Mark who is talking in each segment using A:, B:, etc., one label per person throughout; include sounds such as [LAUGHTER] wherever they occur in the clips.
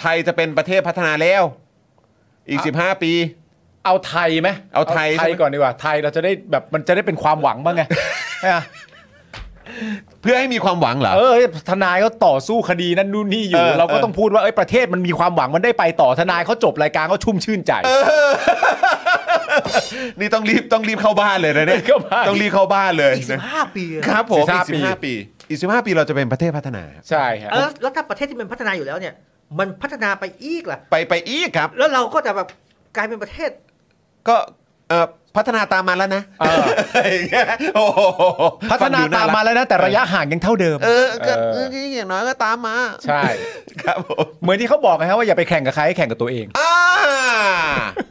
A: ไทยจะเป็นประเทศพัฒนาแล้ว อีก 15 ปี
B: เอาไทยไหม
A: เอาไทย
B: ไทย
A: ใช่ไหม
B: ก่อนดีกว่าไทยเราจะได้แบบมันจะได้เป็นความหวัง
A: [LAUGHS]
B: บ้างไง ใช่ปะ
A: เพื่อให้มีความหวังเหรอ
B: เออทนายเขาต่อสู้คดีนั่นนู่นนี่อยู่
A: เออ
B: เราก็
A: เออ
B: ต้องพูดว่าเอ้ยประเทศมันมีความหวังมันได้ไปต่อทนายเขาจบรายการเขาชุ่มชื่นใจ
A: นี่ต้องรีบต้องรีบเข้าบ้านเลยนะเนี่ย
B: เข้าบ้าน
A: ต้องรีบเข้าบ้านเลย
C: อีกสิบ
A: นะ
C: ห้าปีอะ
A: ครับผมอีก
B: 15
A: 15 ปี อีก 15 ปีเราจะเป็นประเทศพัฒนาครับ
B: ใช่ฮะ
C: เออแล้วถ้าประเทศที่มันพัฒนาอยู่แล้วเนี่ย มันพัฒนาไปอีกล่ะ
A: ไปไปอีกครับ
C: แล้วเราก็จะแบบกลายเป็นประเทศ
A: ก็เอ่อพัฒนาตามมาแล้วนะ
B: เออ
A: [LAUGHS] โอ้โห
B: พัฒ
A: ฟัง
B: นา
A: ดู
B: ตามมาแล้วนะแต่ระยะห่างยังเท่าเดิม
A: เออก็
B: เออ
A: อย่างน้อยก็ตามมา
B: ใช่
A: ครับผม
B: เหมือนที่เขาบอกไงฮะว่าอย่าไปแข่งกับใครให้แข่งกับตัว
A: [LAUGHS]
B: เอง
A: อ่า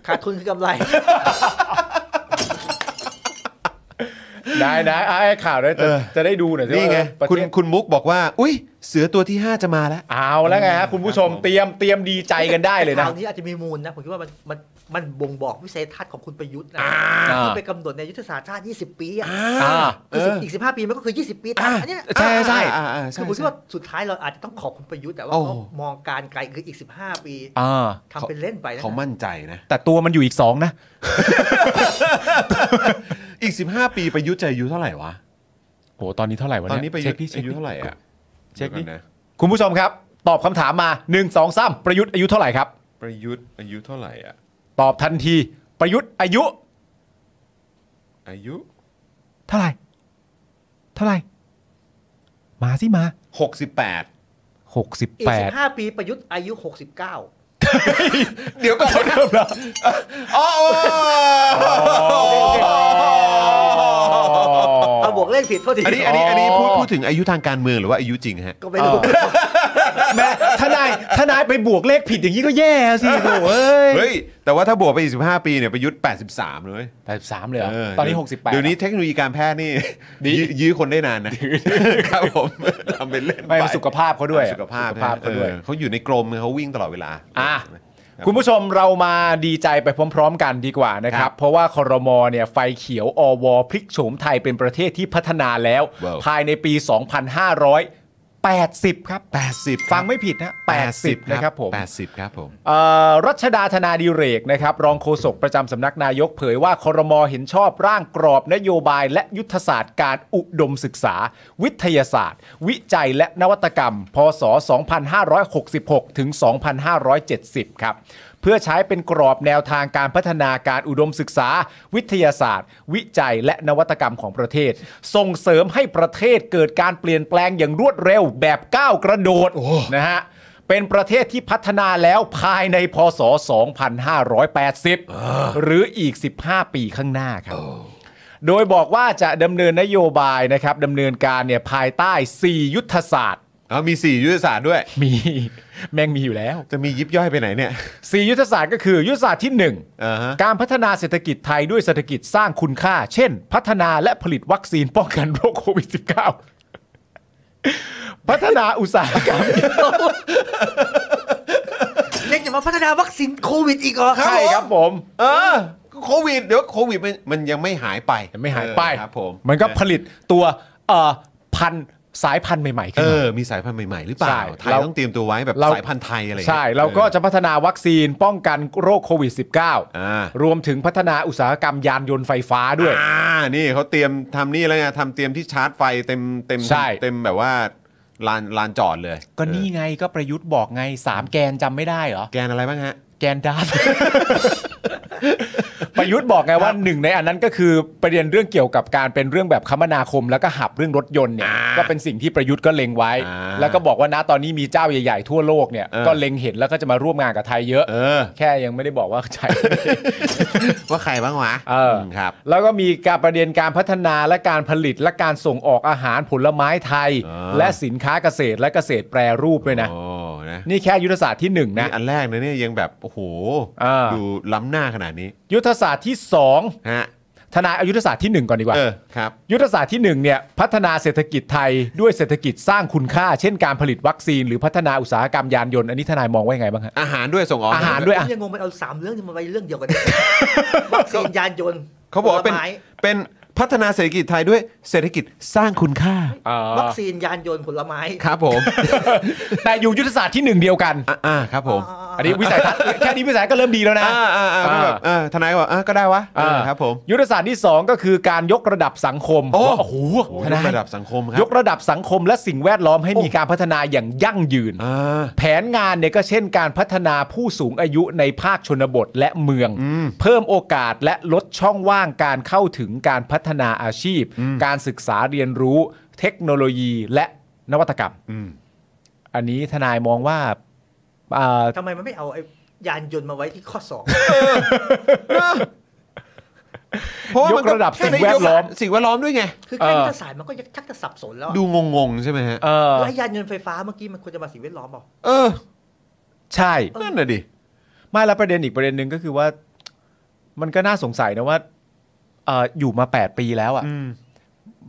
C: ขาดทุนคือกำไร
B: ได้ได้ไอ้ข่าวเนี่ยจะจะได้ดูหน่อยสิ
A: นี่ไง
B: ว่าเออประ
A: คุณ
B: เทศ
A: คุณมุกบอกว่า อุ้ยเสือตัวที่ 5 จะมาแล้ว
B: เอาแล้วไงฮะคุณผู้ชมเตรียมเตรียมดีใจกันได้เลยนะ
C: ข่าวนี้อาจจะมีมูลนะผมคิดว่ามันมันมันบ่งบอกวิสัยทัศน์ของคุณประยุทธ์นะที่ไปกำหนดในยุทธศาสตร์ชาติ 20 ปีอ่ะ
B: อ่า
C: คือสิบ
A: เอออี
C: อีก 15 ปีมันก็คือ 20 ปีตามอันเนี้ย
B: ใช่ใช่
A: อ่าอ่าใช่
C: คือผมคิด
A: ใช่
C: ว่าสุดท้ายเราอาจจะต้องขอบคุณประยุทธ์แต่ว่า
A: โอ้
C: เขามองการไกลคืออีก 15 ปี
B: อ่า
C: ทำเป็นเล่นไปนะ
A: เขามั่นใจนะ
B: แต่ตัวมันอยู่อีกสองนะ
A: อีก 15 ปีประยุทธ์จะอายุเท่าไหร่วะ
B: โอ้ตอนนี้เท่าไหร่วะ
A: ต
B: เนี่
A: อน
B: ย
A: นี้ประยุ
B: เช็
A: ท
B: ค
A: ธ์
B: ที่เช็ค
A: อายุ
B: ดิ
A: เท่าไหร่อ่ะ
B: เช็คดิ
A: ดี๋ยวก่อนนะ
B: คุณผู้ชมครับ ตอบคำถามมา 1 2 3 ประยุทธ์อายุเท่าไหร่ครับ
A: ประยุทธ์อายุเท่าไหร่อ่ะ
B: ตอบทันทีประยุทธ์อายุ
A: อายุ
B: เท่าไหร่ เท่าไหร่ มาสิมา
A: 68
C: อีก
B: 68
C: 15 ปีประยุทธ์อายุ 69
A: เดี๋ยวก่อนเริ่มแล้ว [LAUGHS] อ๋อ
C: เอาบวกเลขผิดเท่าที
A: อันนี้อันนี้อันนี้พูดพูดถึงอายุทางการเมืองหรือว่าอายุจริงฮะ
C: ก็ไม่รู้
B: แม่ทนายทนายไปบวกเลขผิดอย่างนี้ก็แย่สิโอ้เอ้ย
A: เฮ้ย แต่ว่าถ้าบวกไปอีก15 ปีเนี่ยประยุทธ์ 83 เลย
B: 83เลยเหรอ
A: เ
B: ตอนนี้ 68
A: เดี๋ยวนี้เทคโนโลยีการแพทย์นี่
B: ดี
A: ยื้อยื้อคนได้นาน [LAUGHS] นะ ครับผมทำเป็นเล่น
B: ไม่สุขภาพเขาด้วย
A: สุขภาพ
B: สุขภาพ
A: นะ
B: เขาด้วย
A: เออเขาอยู่ในกรมเขาวิ่งตลอดเวลา
B: อ่ะ คุณผู้ชมเรามาดีใจไปพร้อมๆกันดีกว่านะค
A: ครั
B: รับ
A: บ
B: เพราะว่าคอรมอเนี่ยไฟเขียวอวพลิกโฉมไทยเป็นประเทศที่พัฒนาแล้ว
A: ว้าว
B: ภายในปี 2580 ครับ
A: 80
B: ฟังไม่ผิดนะ 80 นะครับผม
A: 80 ครับผม
B: เอ่อรัชดาธนาดิเรกนะครับ รองโฆษกประจำสำนักนายกเผยว่าครมเห็นชอบร่างกรอบนโยบายและยุทธศาสตร์การอุดมศึกษา วิทยาศาสตร์ วิจัยและนวัตกรรม พศ 2566 ถึง 2570 ครับ เพื่อใช้เป็นกรอบแนวทางการพัฒนาการอุดมศึกษา วิทยาศาสตร์ วิจัยและนวัตกรรมของประเทศ ส่งเสริมให้ประเทศเกิดการเปลี่ยนแปลงอย่างรวดเร็วแบบก้าวกระโดดนะฮะ เป็นประเทศที่พัฒนาแล้วภายในพศ 2580 หรืออีก 15 ปีข้างหน้าครับ โดยบอกว่าจะดำเนินนโยบายนะครับดำเนินการเนี่ยภายใต้ 4 ยุทธศาสตร์
A: เอามี 4 ยุทธศาสตร์ด้วย
B: มี [LAUGHS] แม่งมีอยู่แล้ว
A: จะมียิบย่อยไปไหนเนี่ย
B: 4 ยุทธศาสตร์ก็คือ ยุทธศาสตร์
A: อ
B: ที่ 1
A: ่าฮะ
B: การพัฒนาเศรษฐกิจไทยด้วยเศรษฐกิจสร้างคุณค่า เช่น พัฒนาและผลิตวัคซีนป้องกันโรคโควิด -19 [LAUGHS] พัฒนาอุตสาหกรรม
C: ยังจะมาพัฒนาวัคซีนโควิดอีกเหรอ
B: ใช่ [LAUGHS] ครับผม
A: เออโควิด เดี๋ยวโควิดมันมันยังไม่หายไป
B: ยังไม่หายไป
A: เออครับผม
B: มันก็
A: ะ
B: ผลิตตัวเอ่อพันธุ์สายพันธุ์ใหม่ๆขึ้
A: เอน
B: มา
A: อ มีสายพันธุ์ใหม่ ๆ หรือเป
B: ใช่
A: ล่า ไทย
B: เรา
A: ต้องเตรียมตัวไว้แบบ
B: เร
A: สายพันธุ์ไทยอะไรอย่งงี้ย
B: ใช่ เราก็
A: ออ
B: จะพัฒนาวัคซีนป้องกันโรคโควิด
A: อ่า
B: -19 รวมถึงพัฒนาอุตสาหกรรมยานยนต์ไฟฟ้าด้วย
A: อ่านี่เขาเตรียมทำนี่แล้วไงทำเตรียมที่ชาร์จไฟเต็มเต็ม
B: ใช่
A: เต็มแบบว่าลานลานจอดเลย
B: ก็นี่
A: เอ
B: ไงก็ประยุทธ์บอกไง 3 แกนจำไม่ได้เหรอ
A: อแกนอะไรบ้างฮะ
B: แกนดาร์ [LAUGHS] ประยุทธ์บอกไงว่าหนึ่งในอันนั้นก็คือประเด็นเรื่องเกี่ยวกับการเป็นเรื่องแบบคมนาคม แล้วก็หับเรื่องรถยนต์เนี่ยก็เป็นสิ่งที่ประยุทธ์ก็เล็งไว้
A: อ่า
B: แล้วก็บอกว่านะตอนนี้มีเจ้าใหญ่ๆทั่วโลกเนี่ย
A: เออ
B: ก็เล็งเห็นแล้วก็จะมาร่วมงานกับไทยเยอะ
A: เออ
B: แค่ยังไม่ได้บอกว่าใช่
A: [LAUGHS] ว่าใครบ้างวะ
B: เออ
A: มครับ
B: [LAUGHS] แล้วก็มีการประเด็นการพัฒนาและการผลิตและการส่งออกอาหารผลไม้ไทย
A: อ่า
B: และสินค้าเกษตรและเกษตรแปรรูปด้วยนะ
A: โอ้นะ
B: นี่แค่ยุทธศาสตร์ที่หนึ่งนะ
A: นี่อันแรกนะเนี่ยยังแบบโอ้โห
B: เออ
A: ดูล้ำหน้าขนาดนี้
B: ยุทธศาสตร์ที่สอง
A: ฮะ
B: ทนายเอายุทธศาสตร์ที่หนึ่งก่อนดีกว่า
A: เออครับ
B: ยุทธศาสตร์ที่1เนี่ยพัฒนาเศรษฐกิจไทยด้วยเศรษฐกิจสร้างคุณค่า เช่นการผลิตวัคซีนหรือพัฒนาอุตสาหกรรมยานยนต์อันนี้ทนายมองว่ายังไงบ้างฮะ
A: อาหารด้วยส่งออก
B: อาหารด้วย
C: ผ
B: อ่ะ
C: ม [LAUGHS] ยังงงมันเอาสามเรื่องนี้มาไว้เรื่องเดียวกัน วัคซีนยานยนต์
A: เขาบอกว่าเป็น
C: ผลไม้
A: เป็น พัฒนาเศรษฐกิจไทยด้วยเศรษฐกิจสร้างคุณค่า
B: อ่า
C: วัคซีนยานยนต์ผลไม้
A: ครับ
B: [LAUGHS]
A: ผม
B: แต่อยู่ยุทธศาสตร์ที่หนึ่งเดียวกัน
A: อ่ะอ่าครับผม
C: อ่า
B: อันนี้วิสัยทัศน์แค่นี้วิสัยก็เริ่มดีแล้วนะ
A: อ่าอ่าอ่าก็แบบเออทนายก็บอกอ่ะก็ได้วะเออครับผม
B: ยุทธศาสตร์ที่ 2 ก็คือการยกระดับสังคมโอ้โห
A: โอ้
B: ท
A: ย
B: นาย
A: กระดับสังคมครั
B: ยกระดับสังคมและสิ่งแวดล้อมให้มีการพัฒนาอย่างยั่งยืน
A: อ่า
B: แผนงานเนี่ยก็เช่นการพัฒนาผู้สูงอายุในภาคชนบทและเมือง เพิ่มโอกาสและลดช่องว่างการเข้าถึงการพัฒนาอาชีพ การศึกษาเรียนรู้ เทคโนโลยีและนวัตกรรม
A: อืม
B: อันนี้ทนายมองว่าอ่า
C: ทำไมมันไม่เอาไอ้ยานยนต์มาไว้ที่ข้อสอง
A: เพราะว่ามัน
B: ยกระดับสิ่งแวดล้อม
A: สิ่งแวดล้อมด้วยไง
C: คือแค่ยุทธศาสตร์มันก็ยังชักจะสับสนแล้วอะ
A: ดูงงๆใช่ไหมฮะ
B: เออ
C: แล้วไอ้ยานยนต์ไฟฟ้าเมื่อกี้มันควรจะมาสิ่งแวดล้อมเปล่า
A: เออ
B: ใช่
A: นั่นน่ะดิ
B: ไม่แล้วประเด็นอีกประเด็นหนึ่งก็คือว่า มันก็น่าสงสัยนะว่าเอออยู่มา 8 ปีแล้วอะ่ะ
A: อืม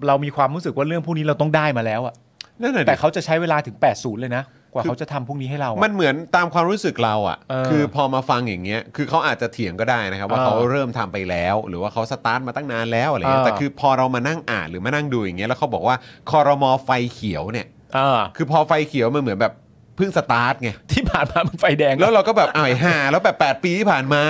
B: เรามีความรู้สึกว่าเรื่องพวกนี้เราต้องได้มาแล้วอะ
A: นั่นน่ะ
B: ่ะแต่
A: ดิ
B: เขาจะใช้เวลาถึง 80 เลยนะ กว่าเขาจะทำพวกนี้ให้เรา
A: มั
B: อะ
A: นเหมือนตามความรู้สึกเราอ่ะ
B: เออ
A: คือพอมาฟังอย่างเงี้ย คือเขาอาจจะเถียงก็ได้นะครับ ว่า
B: เออ
A: เขาเริ่มทำไปแล้ว หรือว่าเขาสตาร์ทมาตั้งนานแล้วอะไรเงี้ย
B: เออ
A: แต่คือพอเรามานั่งอ่านหรือมานั่งดูอย่างเงี้ย แล้วเขาบอกว่าคอรมอไฟเขียวเนี่ย
B: เออ
A: คือพอไฟเขียวมันเหมือนแบบเพิ่งสตาร์ทไง
B: ที่ผ่านมามันไฟแดง
A: แล้วเราก็แบบอ้าวไอ้ห่าแล้วแบบ 8 ปีที่ผ่านมา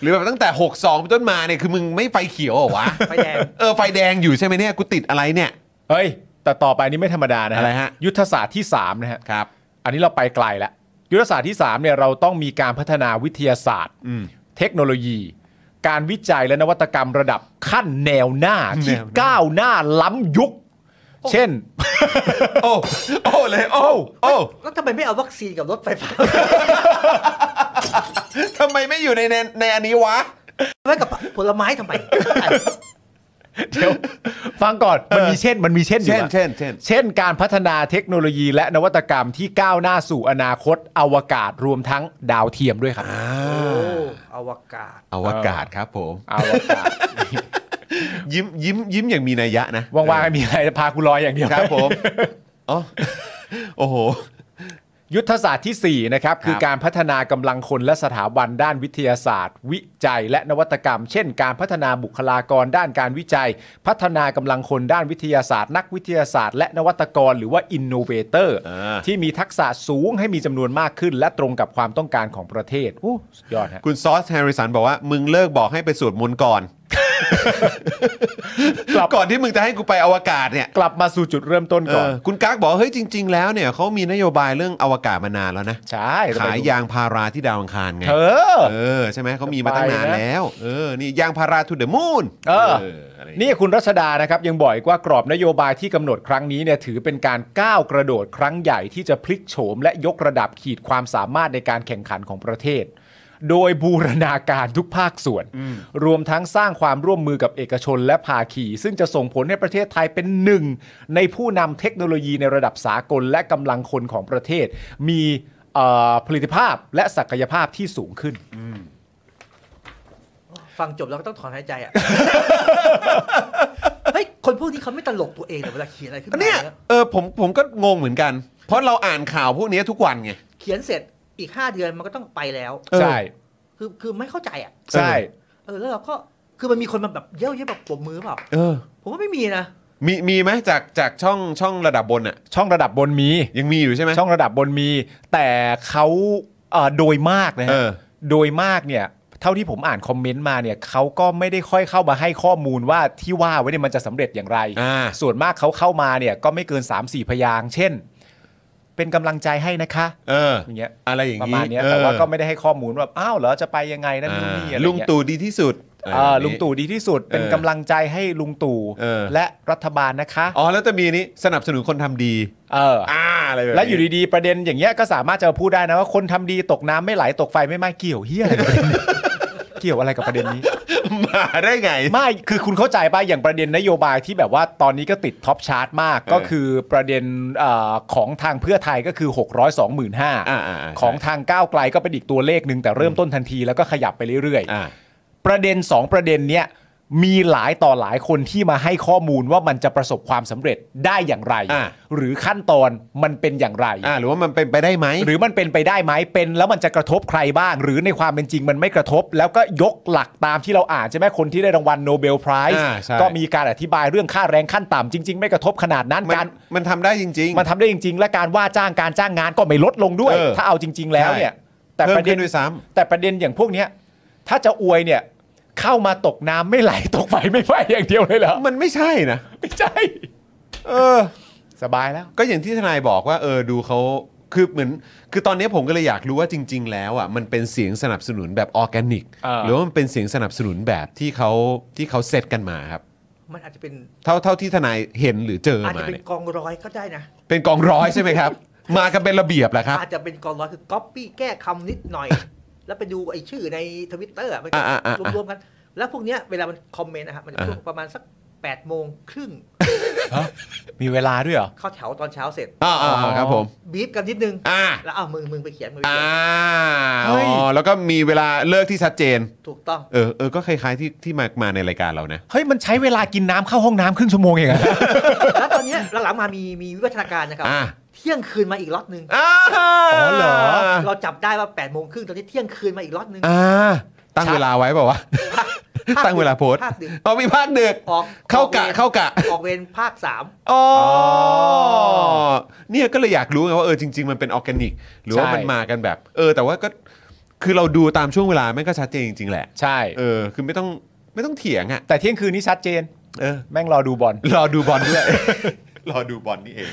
A: หรือแบบตั้งแต่ 62เป็นต้นมาเนี่ย คือมึงไม่ไฟเขียวเหรอวะ [LAUGHS]
C: ไฟแดง
A: เออ ไฟแดงอยู่ใช่ไหมเนี่ย กูติดอะไรเนี่ย
B: เฮ้ย แต่ต่อไปนี้ไม่ธรรมดานะ
A: อะไรฮะ
B: ยุทธศาสตร์ที่ 3 นะฮะ
A: ครับ
B: อันนี้เราไปไกลแล้ว ยุทธศาสตร์ที่ 3เนี่ยเราต้องมีการพัฒนาวิทยาศาสตร์
A: อืม
B: เทคโนโลยี การวิจัยและนวัตกรรมระดับขั้นแนวหน้าที่
A: แนวหน้า
B: ก้าวหน้าล้ำยุค เช่น [LAUGHS]
A: โอ้ โอ้เลย โอ้ โอ้
C: แล้วทำไมไม่เอาวัคซีนกับรถไฟฟ้า
A: ทำไมไม่อยู่ในในในอันนี้วะ
C: ไว้กับผลไม้ทำไม
B: เดี๋ยวฟังก่อนมันมีเช่นมันมีเช่นอยู่
A: เช่น
B: อะ
A: เช่นเช่น
B: เช่นการพัฒนาเทคโนโลยีและนวัตกรรมที่ก้าวหน้าสู่อนาคต อวกาศรวมทั้งดาวเทียมด้วยครับ
C: โอ้อวกาศ
A: อวกาศครับผม
B: อวกาศ
A: ยิ้มยิ้มยิ้มอย่างมีนัยยะนะ
B: ว่างๆไม่มีอะไรพากูลอยอย่างเดียว
A: ครับผม [LAUGHS] อ๋อโอ้โห
B: ยุทธศาสตร์ที่ 4 นะครับ คือการพัฒนากำลังคนและสถาบันด้านวิทยาศาสตร์ วิจัย และนวัตกรรม เช่น การพัฒนาบุคลากรด้านการวิจัย พัฒนากำลังคนด้านวิทยาศาสตร์ นักวิทยาศาสตร์ และนวัตกรหรือว่าอินโนเวเตอร์
A: อ่า
B: ที่มีทักษะสูงให้มีจำนวนมากขึ้น และตรงกับความต้องการของประเทศอู้สุดยอดฮะ
A: คุณซอสแฮร์ริสันบอกว่า มึงเลิกบอกให้ไปสวดมนต์ก่อน
B: กลับ
A: ก่อนที่มึงจะให้กูไปอวกาศเนี่ย
B: กลับมาสู่จุดเริ่มต้น
A: เอ
B: ก่อน
A: อคุณกั๊กบอกว่าเฮ้ยจริง ๆ แล้วเนี่ยเขามีนโยบายเรื่องอวกาศมานานแล้วนะ
B: ใช่
A: ขายยางพาราที่ดาวอังคารไง
B: เออ
A: เออ ใช่ไหมเขามีมาตั้งนาน
B: ไปนะ
A: แล้ว เออ นี่ยางพาราทูเดอะมูน
B: เออ
A: อะไร
B: นี่คุณรัชดานะครับยังบอกอีกว่ากรอบนโยบายที่กำหนดครั้งนี้เนี่ยถือเป็นการก้าวกระโดดครั้งใหญ่ที่จะพลิกโฉมและยกระดับขีดความสามารถในการแข่งขันของประเทศ โดยบูรณาการทุกภาคส่วน รวมทั้งสร้างความร่วมมือกับเอกชนและภาคีซึ่งจะส่งผลให้ประเทศไทยเป็นหนึ่ง ในผู้นำเทคโนโลยีในระดับสากลและกำลังคนของประเทศ มีเอ่อผลิตภาพและศักยภาพที่สูงขึ้น
C: ฟังจบแล้วก็ต้องถอนหายใจ [LAUGHS] อ่ะ เฮ้ย คนพวกนี้เขาไม่ตลกตัวเองเหรอเวลาเขียนอะไรขึ้น
A: อัน
C: มา
A: เนี่ย
C: เนี่ย
A: เออผมผมก็งงเหมือนกัน เพราะเราอ่านข่าวพวกนี้ทุกวันไง
C: เขียนเสร็จอีก 5 เดือนมันก็ต้องไปแล้ว
A: เออ
B: ใช่
C: คือคือไม่เข้าใจอ่ะ
B: ใช่
C: เออแล้วเราก็คือมันมีคนมาแบบเย้ยๆแบบปมมือเปล่า
A: เออ
C: ผมว่าไม่มีนะ
A: มีมีไหมจากจากช่องช่องระดับบนอะ
B: ช่องระดับบนมี
A: ยังมีอยู่ใช่ไหม
B: ช่องระดับบนมี แต่เขาเอ่อโดยมากนะ
A: เอ
B: ฮะ
A: อ
B: โดยมากเนี่ยเท่าที่ผมอ่านคอมเมนต์มาเนี่ยเขาก็ไม่ได้ค่อยเข้ามาให้ข้อมูลว่าที่ว่าไว้เนี่ยมันจะสำเร็จอย่างไร
A: อ่า
B: ส่วนมากเขาเข้ามาเนี่ยก็ไม่เกิน 3 4 พยางค์เช่น เป็นกำลังใจให้นะคะ
A: เออ
B: อย่างเงี้ย
A: อะไรอย่าง
B: ประ
A: งี้
B: มาณเนี้ย
A: เออ
B: แต่ว่าก็ไม่ได้ให้ข้อมูลว่าอ้าวเหรอจะไปยังไงนั่นนู่นนี่
A: อ่า
B: อะไร
A: ลุง
B: เงี้ย
A: ตู่ดีที่สุด
B: เออ
A: แบบนี้
B: ลุงตู่ดีที่สุดเป็นกำลังใจให้ลุงตู่
A: เออ
B: และรัฐบาลนะคะ
A: อ๋อแล้วจะมีนี้สนับสนุนคนทำดี
B: เออ
A: อ่าอะไรแบบนี้
B: และอยู่ดีๆ ประเด็นอย่างเงี้ยก็สามารถจะมาพูดได้นะว่าคนทำดีตกน้ำไม่ไหลตกไฟไม่ไหม้เกี่ยวเฮียอะไร [LAUGHS] กับประเด็นนี้ เกี่ยวอะไรกับประเด็นนี้
A: มาได้ไง
B: ไม่คือคุณเข้าใจป่ะอย่างประเด็นนโยบายที่แบบว่าตอนนี้ก็ติดท็อปชาร์ตมาก ก็คือประเด็นเออของทางเพื่อไทยก็คือ 6 2 5 0 0
A: อ่าๆๆใช่
B: 0ของทางก้าวไกลก็เป็นอีกตัวเลขหนึ่งแต่เริ่มต้นทันทีแล้วก็ขยับไปเรื่อยๆ
A: อ่า
B: ประเด็น 2 ประเด็นเนี้ย มีหลายต่อหลายคนที่มาให้ข้อมูลว่ามันจะประสบความสำเร็จได้อย่างไร
A: อ่า
B: หรือขั้นตอนมันเป็นอย่างไร
A: อ่าหรือว่ามันเป็นไปได้ไหม
B: หรือมันเป็นไปได้ไหมเป็นแล้วมันจะกระทบใครบ้าง หรือในความเป็นจริงมันไม่กระทบ แล้วก็ยกหลักตามที่เราอ่านใช่ไหมคนที่ได้รางวัลโนเบลไพรส์
A: อ่าใช่
B: ก็มีการอธิบายเรื่องค่าแรงขั้นต่ำจริง ๆ ไม่กระทบขนาดนั้น
A: มัน
B: การ
A: มันทำได้จริง
B: มันทำได้จริง ๆ และการว่าจ้างการจ้างงานก็ไม่ลดลงด้วย
A: เออ
B: ถ้าเอาจริง ๆ แล้วเนี่ย
A: ใช่
B: แต่ประเด็
A: เพิ่มขึ้นด้วยซ้ำ
B: แต่ประเด็นอย่างพวกเนี้ยถ้าจะอวยเนี่ย เข้ามาตกน้ำไม่ไหลตกไฟไม่ไหวอย่างเดียวเลยเหรอ
A: ๆ มันไม่ใช่นะ
B: ไม่ใช่
A: เออ
B: สบายแล้ว
A: ก็อย่างที่ทนายบอกว่าเออดูเขาคือเหมือน คือตอนนี้ผมก็เลยอยากรู้ว่าจริง ๆ แล้วอ่ะมันเป็นเสียงสนับสนุนแบบออร์แกนิก
B: เออ
A: หรือว่ามันเป็นเสียงสนับสนุนแบบที่เขาที่เขาเซตกันมาครับ
C: มันอาจจะเป็น
A: เท่าเท่าที่ทนายเห็นหรือเจอ
C: อาจจะ
A: มา
C: เป็น
A: เนี่ย
C: กองร้อยก็ได้นะ
A: เป็นกองร้อยใช่ไหม
C: [LAUGHS]
A: ครับ มากันเป็นระเบียบแหละครับ
C: อาจจะเป็นกองร้อยคือก๊อปปี้แก้คำนิด
A: [LAUGHS]
C: หน่อย แล้วไปดูไอ้ชื่อในทวิตเตอร์มันก็
A: อ่าอ่าอ่าร
C: วมๆกัน แล้วพวกเนี้ยเวลามันคอมเมนต์นะครับมันจะ
A: อ่า
C: ช่วงประมาณสัก8ปดโมงครึ่ง
B: มีเวลาด้วยเหรอ
C: เข้าแถวตอนเช้าเสร็จ
A: อ่าอ่าอ่าครับผม
C: บีบกันนิดนึง
A: อ่า
C: แล้วเอามึงมึงไปเขียนมึงไป
A: อ่า
C: เขียน
B: เฮ้
A: อ๋
B: ย
A: อแล้วก็มีเวลาเลิกที่ชัดเจน
C: ถูกต้อง
A: เออเออก็คล้ายๆที่ที่มามาในรายการเรานะ
B: เฮ้ยมันใช้เวลากินน้ำเข้าห้องน้ำครึ่งชั่วโมงเองอะ
C: แล้วตอนเนี้ยหลังๆมามีมีวิวัฒนาการนะครับ
A: อ่า
C: เที่ยงคืนมาอีกล็อตหนึ่ง
A: อ๋
B: อ๋อเหรอ
C: เราจับได้ว่า8ปดโมงครึ่งตอนนี้เที่ยงคืนมาอีกล็อตหนึ่ง
A: อ่าตั้งเวลาไว้เปล่าวะ
C: ภค
A: ตั้งเวลาโพสต์
C: ภคดึก
A: เอามีภาคเดือก
C: ออก
A: เข้ากะ
C: ออวร
A: เข้ากะ
C: ออกเวรภาคสาม
A: อ๋อ
B: อ
A: เนี่ยก็เลยอยากรู้ไงว่าเออจริง ๆ มันเป็นออร์แกนิก หรือว่า
B: ใช่
A: มันมากันแบบ เออ แต่ว่าก็คือเราดูตามช่วงเวลาแม่งก็ชัดเจนจริง ๆ แหละ
B: ใช่
A: เออ คือไม่ต้องไม่ต้องเถียงอ่ะ
B: แต่เที่ยงคืนนี้ชัดเจน
A: เออ
B: แม่งรอดูบอล
A: [LAUGHS] รอดูบอลด้วย รอดูบอลนี่เอง